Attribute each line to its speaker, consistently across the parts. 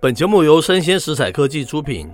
Speaker 1: 本节目由生鲜食材科技出品，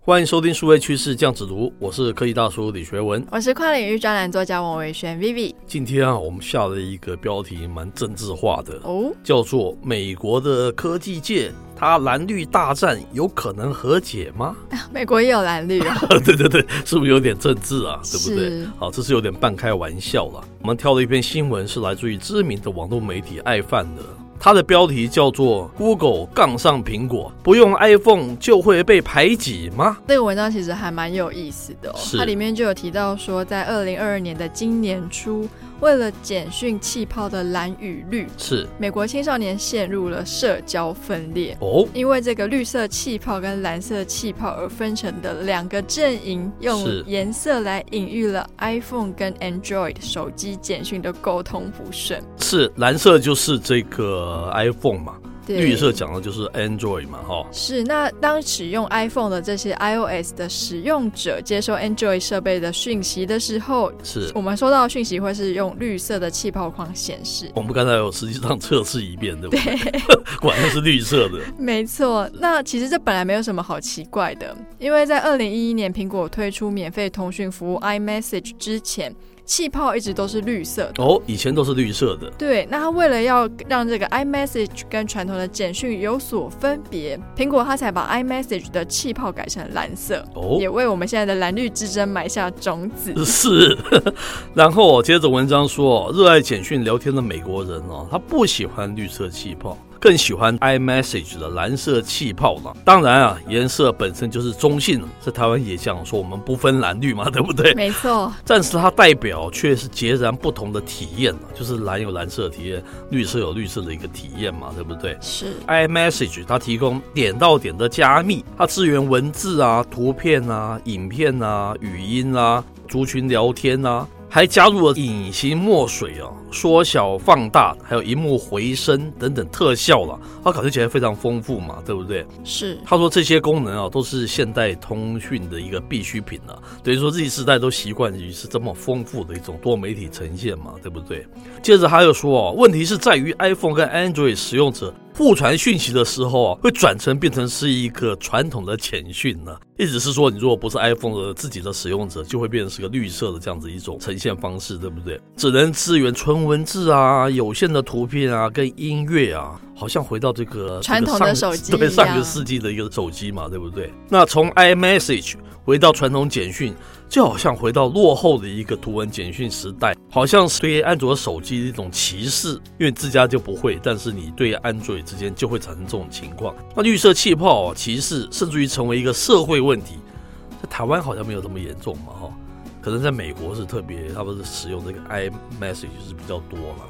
Speaker 1: 欢迎收听数位趋势酱子读，我是科技大叔李学文。
Speaker 2: 我是跨领域专栏作家王维轩 Vivi
Speaker 1: 今天啊，我们下了一个标题蛮政治化的，
Speaker 2: 哦，
Speaker 1: 叫做“美国的科技界，它蓝绿大战有可能和解吗
Speaker 2: 美国也有蓝绿啊，”？
Speaker 1: 对对对，是不是有点政治啊？对不对
Speaker 2: 是？
Speaker 1: 好，这是有点半开玩笑啦。我们挑了一篇新闻，是来自于知名的网络媒体爱饭的。它的标题叫做 “Google 杠上苹果，不用 iPhone 就会被排挤吗？”
Speaker 2: 这个文章其实还蛮有意思的哦
Speaker 1: 是，
Speaker 2: 它里面就有提到说，在二零二二年的今年初，为了简讯气泡的蓝与绿，
Speaker 1: 是
Speaker 2: 美国青少年陷入了社交分裂。
Speaker 1: 哦，
Speaker 2: 因为这个绿色气泡跟蓝色气泡而分成的两个阵营，
Speaker 1: 是
Speaker 2: 用颜色来隐喻了 iPhone 跟 Android 手机简讯的沟通不顺。
Speaker 1: 是蓝色就是这个 iPhone 嘛，
Speaker 2: 对
Speaker 1: 绿色讲的就是 Android 嘛，哈、
Speaker 2: 是，那当使用 iPhone 的这些 iOS 的使用者接收 Android 设备的讯息的时候，
Speaker 1: 是。
Speaker 2: 我们收到的讯息会是用绿色的气泡框显示。
Speaker 1: 我们刚才有实际上测试一遍，对不对？ 果然是绿色的，
Speaker 2: 没错，那其实这本来没有什么好奇怪的，因为在二零一一年苹果推出免费通讯服务 iMessage 之前，气泡一直都是绿色的。
Speaker 1: 哦，以前都是绿色的，
Speaker 2: 对，那它为了要让这个 iMessage 跟传统的简讯有所分别，苹果它才把 iMessage 的气泡改成蓝色，
Speaker 1: 哦呃
Speaker 2: 也为我们现在的蓝绿之争埋下种子。
Speaker 1: 是。 然后哦接着文章说哦，热爱简讯聊天的美国人哦，他不喜欢绿色气泡，更喜欢 iMessage 的蓝色气泡了。当然啊，颜色本身就是中性，在台湾也讲说我们不分蓝绿嘛， 对不对？
Speaker 2: 没错，
Speaker 1: 但是它代表却是截然不同的体验啊就是蓝有蓝色的体验，绿色有绿色的一个体验嘛，对不对？
Speaker 2: 是
Speaker 1: iMessage 它提供点到点的加密，它支援文字啊、图片啊、影片啊、语音啊、族群聊天啊，还加入了隐形墨水啊、缩小、放大，还有荧幕回声等等特效了、它感觉起来非常丰富嘛，对不对？
Speaker 2: 是
Speaker 1: 他说这些功能啊，都是现代通讯的一个必需品了、等于说 Z 世代都习惯于是这么丰富的一种多媒体呈现嘛，对不对？接着他又说哦，问题是在于 iPhone 跟 Android 使用者互传讯息的时候啊，会转成变成是一个传统的简讯呢、意思是说，你如果不是 iPhone 的自己的使用者，就会变成是个绿色的这样子一种呈现方式，对不对？只能支援纯文字啊、有限的图片啊、跟音乐啊，好像回到这个
Speaker 2: 传统的
Speaker 1: 这个上
Speaker 2: 手机
Speaker 1: 对
Speaker 2: 一
Speaker 1: 上个
Speaker 2: 样
Speaker 1: 世纪的一个手机嘛，对不对？那从 iMessage 回到传统简讯，就好像回到落后的一个图文简讯时代，好像是对安卓手机的一种歧视，因为自家就不会，但是你对安卓之间就会产生这种情况。那绿色气泡、啊、歧视，甚至于成为一个社会问题，在台湾好像没有这么严重嘛，哈、可能在美国是特别，他们是使用这个 iMessage 是比较多了，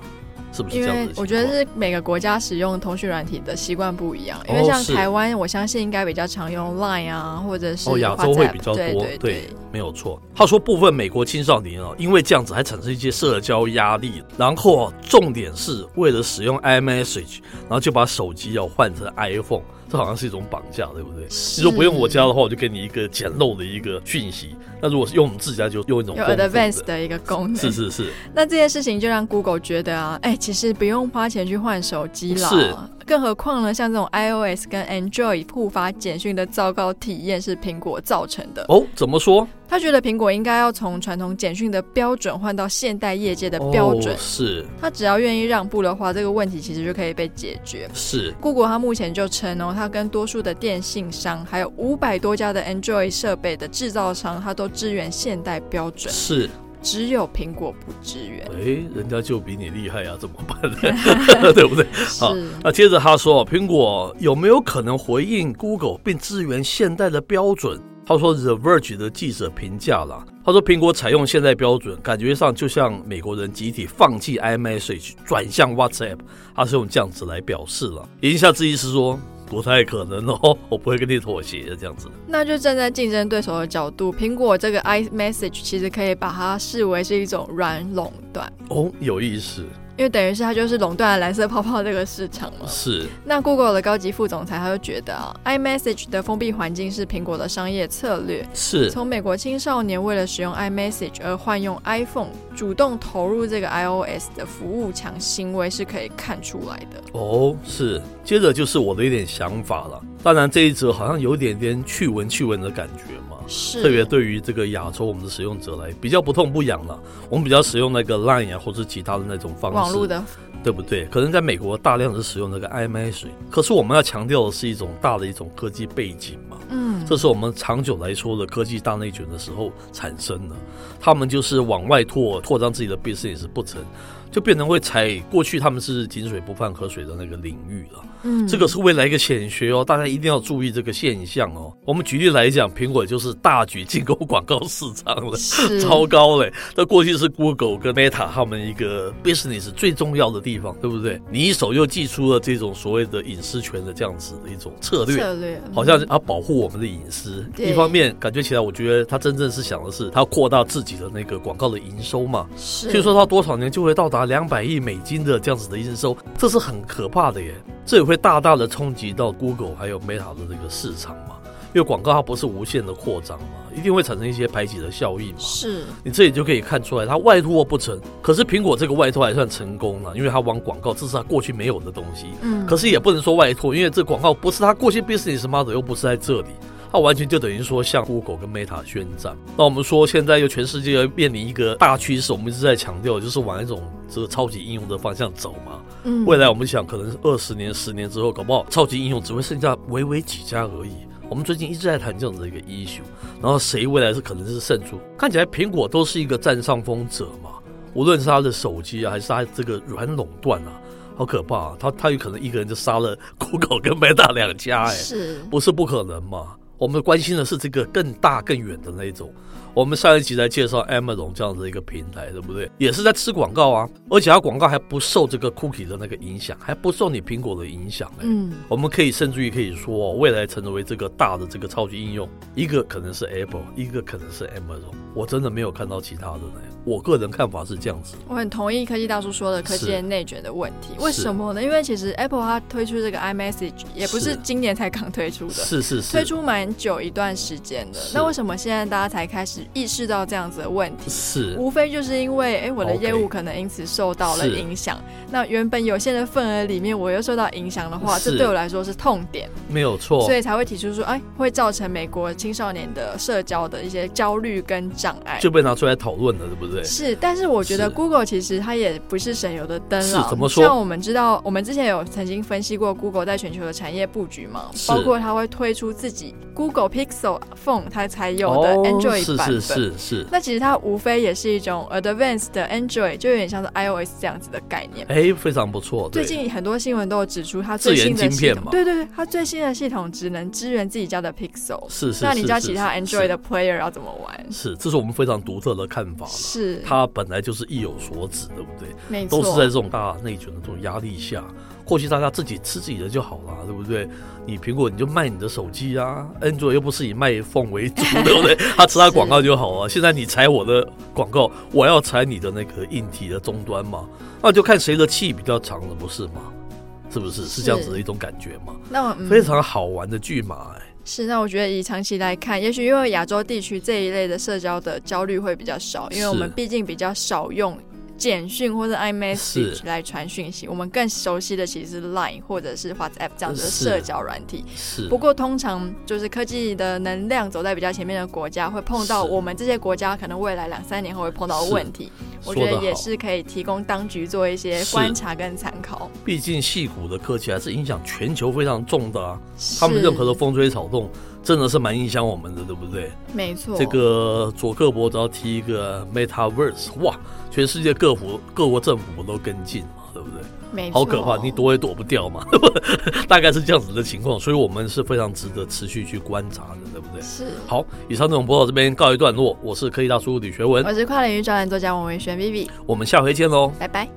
Speaker 1: 是不是
Speaker 2: 因
Speaker 1: 这样
Speaker 2: 为
Speaker 1: 子？
Speaker 2: 我觉得，是每个国家使用通讯软体的习惯不一样，因为
Speaker 1: 哦
Speaker 2: 像
Speaker 1: 是
Speaker 2: 台湾，我相信应该比较常用 Line 啊，或者是
Speaker 1: 哦，亚洲会
Speaker 2: WhatsApp，
Speaker 1: 比较多，
Speaker 2: 对对对，
Speaker 1: 没有错。他说部分美国青少年哦，因为这样子还产生一些社交压力，然后、哦、重点是为了使用 iMessage，然后就把手机要换成 iPhone，这好像是一种绑架，对不对？你
Speaker 2: 是
Speaker 1: 说不用我家的话，我就给你一个简陋的一个讯息；那如果是用我们自己家，就用一种
Speaker 2: 有
Speaker 1: 丰富
Speaker 2: Advanced 的一个功能，
Speaker 1: 是是是，
Speaker 2: 那这件事情就让 Google 觉得啊，哎、其实不用花钱去换手机啦。
Speaker 1: 是
Speaker 2: 更何况呢，像这种 iOS 跟 Android 互发简讯的糟糕体验是苹果造成的。
Speaker 1: 哦，怎么说？
Speaker 2: 他觉得苹果应该要从传统简讯的标准换到现代业界的标准
Speaker 1: 哦、。是
Speaker 2: 他只要愿意让步的话，这个问题其实就可以被解决。
Speaker 1: 是
Speaker 2: Google 它目前就称哦，它跟多数的电信商，还有五百多家的 Android 设备的制造商，它都支援现代标准，
Speaker 1: 是，
Speaker 2: 只有苹果不支援。
Speaker 1: 哎，人家就比你厉害啊，怎么 办呢？对不对？好
Speaker 2: 是。
Speaker 1: 那接着他说，苹果有没有可能回应 Google 并支援现代的标准？他说，The Verge 的记者评价了，他说苹果采用现代标准，感觉上就像美国人集体放弃 iMessage 转向 WhatsApp，他是用这样子来表示了。言下之意是说，不太可能哦， 我不会跟你妥协的这样子。
Speaker 2: 那就站在竞争对手的角度，苹果这个 iMessage 其实可以把它视为是一种软垄断，
Speaker 1: 哦，有意思，
Speaker 2: 因为等于是它就是垄断了蓝色泡泡这个市场嘛。
Speaker 1: 是
Speaker 2: 那 Google 的高级副总裁他就觉得啊，iMessage 的封闭环境是苹果的商业策略。
Speaker 1: 是
Speaker 2: 从美国青少年为了使用 iMessage 而换用 iPhone，主动投入这个 iOS 的服务强行为是可以看出来的。
Speaker 1: 哦，是。接着就是我的一点想法了，当然这一则好像有点点趣闻趣闻的感觉嘛。
Speaker 2: 是
Speaker 1: 特别对于这个亚洲我们的使用者来，比较不痛不痒了。我们比较使用那个 Line 啊，或者其他的那种方式，
Speaker 2: 网络的
Speaker 1: 对不对？可能在美国大量的使用那个 iMessage，可是我们要强调的是一种大的一种科技背景嘛。
Speaker 2: 嗯
Speaker 1: 这是我们长久来说的科技大内卷的时候产生的，他们就是往外拓扩张自己的 business 不成，就变成会踩过去他们是井水不犯河水的那个领域了。
Speaker 2: 嗯
Speaker 1: 这个是未来一个显学哦，大家一定要注意这个现象哦。我们举例来讲，苹果就是大举进攻广告市场了。
Speaker 2: 是
Speaker 1: 超高嘞！那过去是 Google 跟 Meta 他们一个 business 最重要的地方，对不对？你一手又寄出了这种所谓的隐私权的这样子的一种策略，
Speaker 2: 策略，嗯
Speaker 1: 好像要保护我们的隐私。
Speaker 2: 对
Speaker 1: 一方面感觉起来，我觉得他真正是想的是他扩大自己的那个广告的营收嘛。
Speaker 2: 是
Speaker 1: 据说他多少年就会到达两百亿美金的这样子的营收，这是很可怕的耶。这也会大大的冲击到 Google 还有 Meta 的这个市场嘛，因为广告它不是无限的扩张嘛，一定会产生一些排挤的效应嘛。
Speaker 2: 是
Speaker 1: 你这里就可以看出来，它外拓不成，可是苹果这个外拓还算成功了，因为它往广告，这是它过去没有的东西。
Speaker 2: 嗯
Speaker 1: 可是也不能说外拓，因为这广告不是它过去 business model 又不是在这里。它完全就等于说向 Google 跟 Meta 宣战。那我们说现在又全世界面临一个大趋势，我们一直在强调，就是往一种这个超级应用的方向走嘛。
Speaker 2: 嗯
Speaker 1: 未来我们想，可能二十年、十年之后，搞不好超级应用只会剩下微微几家而已。我们最近一直在谈这样子的一个 issue，然后谁未来是可能是胜出？看起来苹果都是一个占上风者嘛，无论是它的手机啊，还是它这个软垄断啊，好可怕、啊！它它有可能一个人就杀了 Google 跟 Meta 两家、哎，
Speaker 2: 是
Speaker 1: 不是不可能嘛。我们关心的是这个更大更远的那一种。我们上一集在介绍 Amazon 这样的一个平台，对不对？也是在吃广告啊，而且它广告还不受这个 cookie 的那个影响，还不受你苹果的影响、欸。
Speaker 2: 嗯
Speaker 1: 我们可以甚至于可以说、哦，未来成为这个大的这个超级应用，一个可能是 Apple，一个可能是 Amazon。我真的没有看到其他的呢。我个人看法是这样子，
Speaker 2: 我很同意科技大叔说的科技
Speaker 1: 是
Speaker 2: 的内卷的问题。为什么呢？因为其实 Apple 它推出这个 iMessage 也不
Speaker 1: 是
Speaker 2: 是今年才刚推出的，
Speaker 1: 是是
Speaker 2: 推
Speaker 1: 是
Speaker 2: 出蛮久一段时间的。
Speaker 1: 是
Speaker 2: 那为什么现在大家才开始意识到这样子的问题？
Speaker 1: 是
Speaker 2: 无非就是因为，哎、我的
Speaker 1: OK
Speaker 2: 业务可能因此受到了
Speaker 1: 是
Speaker 2: 影响。那原本有限的份额里面，我又受到影响的话，
Speaker 1: 是
Speaker 2: 这对我来说是痛点，
Speaker 1: 没有错
Speaker 2: 所，以才会提出说，哎、会造成美国青少年的社交的一些焦虑跟障碍。
Speaker 1: 就被拿出来讨论了，对不对？
Speaker 2: 是，但是我觉得
Speaker 1: 是
Speaker 2: Google 其实它也不是省油的灯
Speaker 1: 是
Speaker 2: 了。
Speaker 1: 怎么说
Speaker 2: 像我们知道，我们之前有曾经分析过 Google 在全球的产业布局嘛，
Speaker 1: 是
Speaker 2: 包括它会推出自己 Google Pixel Phone 它才有的
Speaker 1: 哦，
Speaker 2: Android
Speaker 1: 是
Speaker 2: 版
Speaker 1: 是
Speaker 2: 本。
Speaker 1: 是是。
Speaker 2: 那其实它无非也是一种 advanced 的 Android，就有点像是 iOS 这样子的概念。
Speaker 1: 哎，非常不错。对
Speaker 2: 最近很多新闻都有指出，它
Speaker 1: 自
Speaker 2: 最
Speaker 1: 研
Speaker 2: 新的
Speaker 1: 晶
Speaker 2: 系
Speaker 1: 片
Speaker 2: 统
Speaker 1: 嘛，
Speaker 2: 对对对，它最新的系统只能支援自己家的 Pixel。
Speaker 1: 是是，
Speaker 2: 那你
Speaker 1: 是
Speaker 2: 家
Speaker 1: 是
Speaker 2: 其他
Speaker 1: 是
Speaker 2: Android 的 player 要怎么玩？
Speaker 1: 是，这是我们非常独特的看法了。
Speaker 2: 是，
Speaker 1: 它本来就是意有所指，对不对？
Speaker 2: 没错，
Speaker 1: 都是在这种大内卷的这种压力下，过去大家自己吃自己的就好啦，对不对？你苹果你就卖你的手机啊，Android 又不是以卖凤为主，对 不对？他吃他广告就好啊。现在你踩我的广告，我要踩你的那个硬体的终端嘛，那就看谁的气比较长了，不是吗？是不是是这样子的一种感觉嘛？
Speaker 2: 那我、嗯、
Speaker 1: 非常好玩的剧码、哎
Speaker 2: 是，那我觉得以长期来看，也许因为亚洲地区这一类的社交的焦虑会比较少，因为我们
Speaker 1: 是
Speaker 2: 毕竟比较少用简讯或者
Speaker 1: 是
Speaker 2: iMessage 来传讯息，我们更熟悉的其实是 Line 或者是 WhatsApp 这样子的
Speaker 1: 呃是
Speaker 2: 社交软体。
Speaker 1: 是。
Speaker 2: 不过，通常就是科技的能量走在比较前面的国家，会碰到
Speaker 1: 是
Speaker 2: 我们这些国家可能未来两三年后会碰到的
Speaker 1: 是
Speaker 2: 问题。
Speaker 1: 说
Speaker 2: 我觉得
Speaker 1: 得
Speaker 2: 也
Speaker 1: 好
Speaker 2: 是可以提供当局做一些
Speaker 1: 是
Speaker 2: 观察跟参考。
Speaker 1: 毕竟戏骨的科技还是影响全球非常重的啊，他们
Speaker 2: 是
Speaker 1: 任何的风吹草动真的是蛮影响我们的，对不对？
Speaker 2: 没错，
Speaker 1: 这个佐克伯只要提一个 MetaVerse，哇，全世界各国各国政府都跟进嘛，对不对？
Speaker 2: 没错，
Speaker 1: 好可怕，你躲也躲不掉嘛， 大概是这样子的情况，所以我们是非常值得持续去观察的，对不对？
Speaker 2: 是。
Speaker 1: 好，以上内容播到这边告一段落，我是科技大叔李学文
Speaker 2: 哎我，是跨领域专栏作家王维轩 Vivi，
Speaker 1: 我们下回见喽。
Speaker 2: 拜拜。